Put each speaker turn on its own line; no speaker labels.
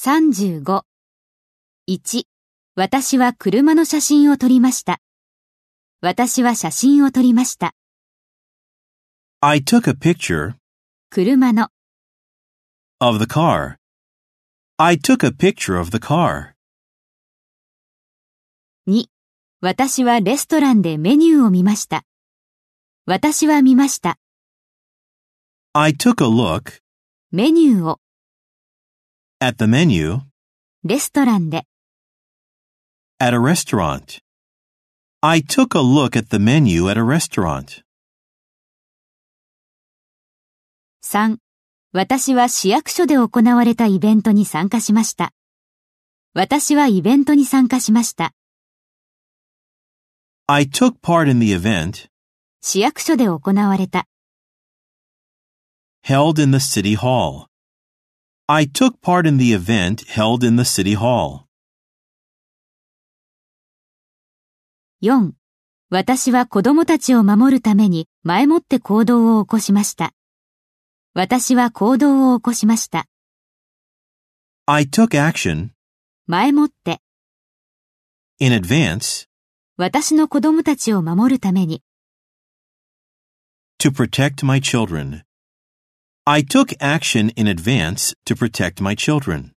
35。1、私は車の写真を撮りました。私は写真を撮りました。
I took a picture
車の、
of the car. I took a picture of the car.
2、私はレストランでメニューを見ました。私は見ました。
I took a look
メニューを、
at the menu
レストランで、
at a restaurant. I took a look at the menu at a restaurant.
3、私は市役所で行われたイベントに参加しました。私はイベントに参加しました。
I took part in the event
市役所で行われた。
held in the city hall. I took part in the event held in the city hall.
4. 私は子供たちを守るために前もって行動を起こしました。私は行動を起こしました。
I took action
前もって、
in advance
私の子供たちを守るために、
to protect my children. I took action in advance to protect my children.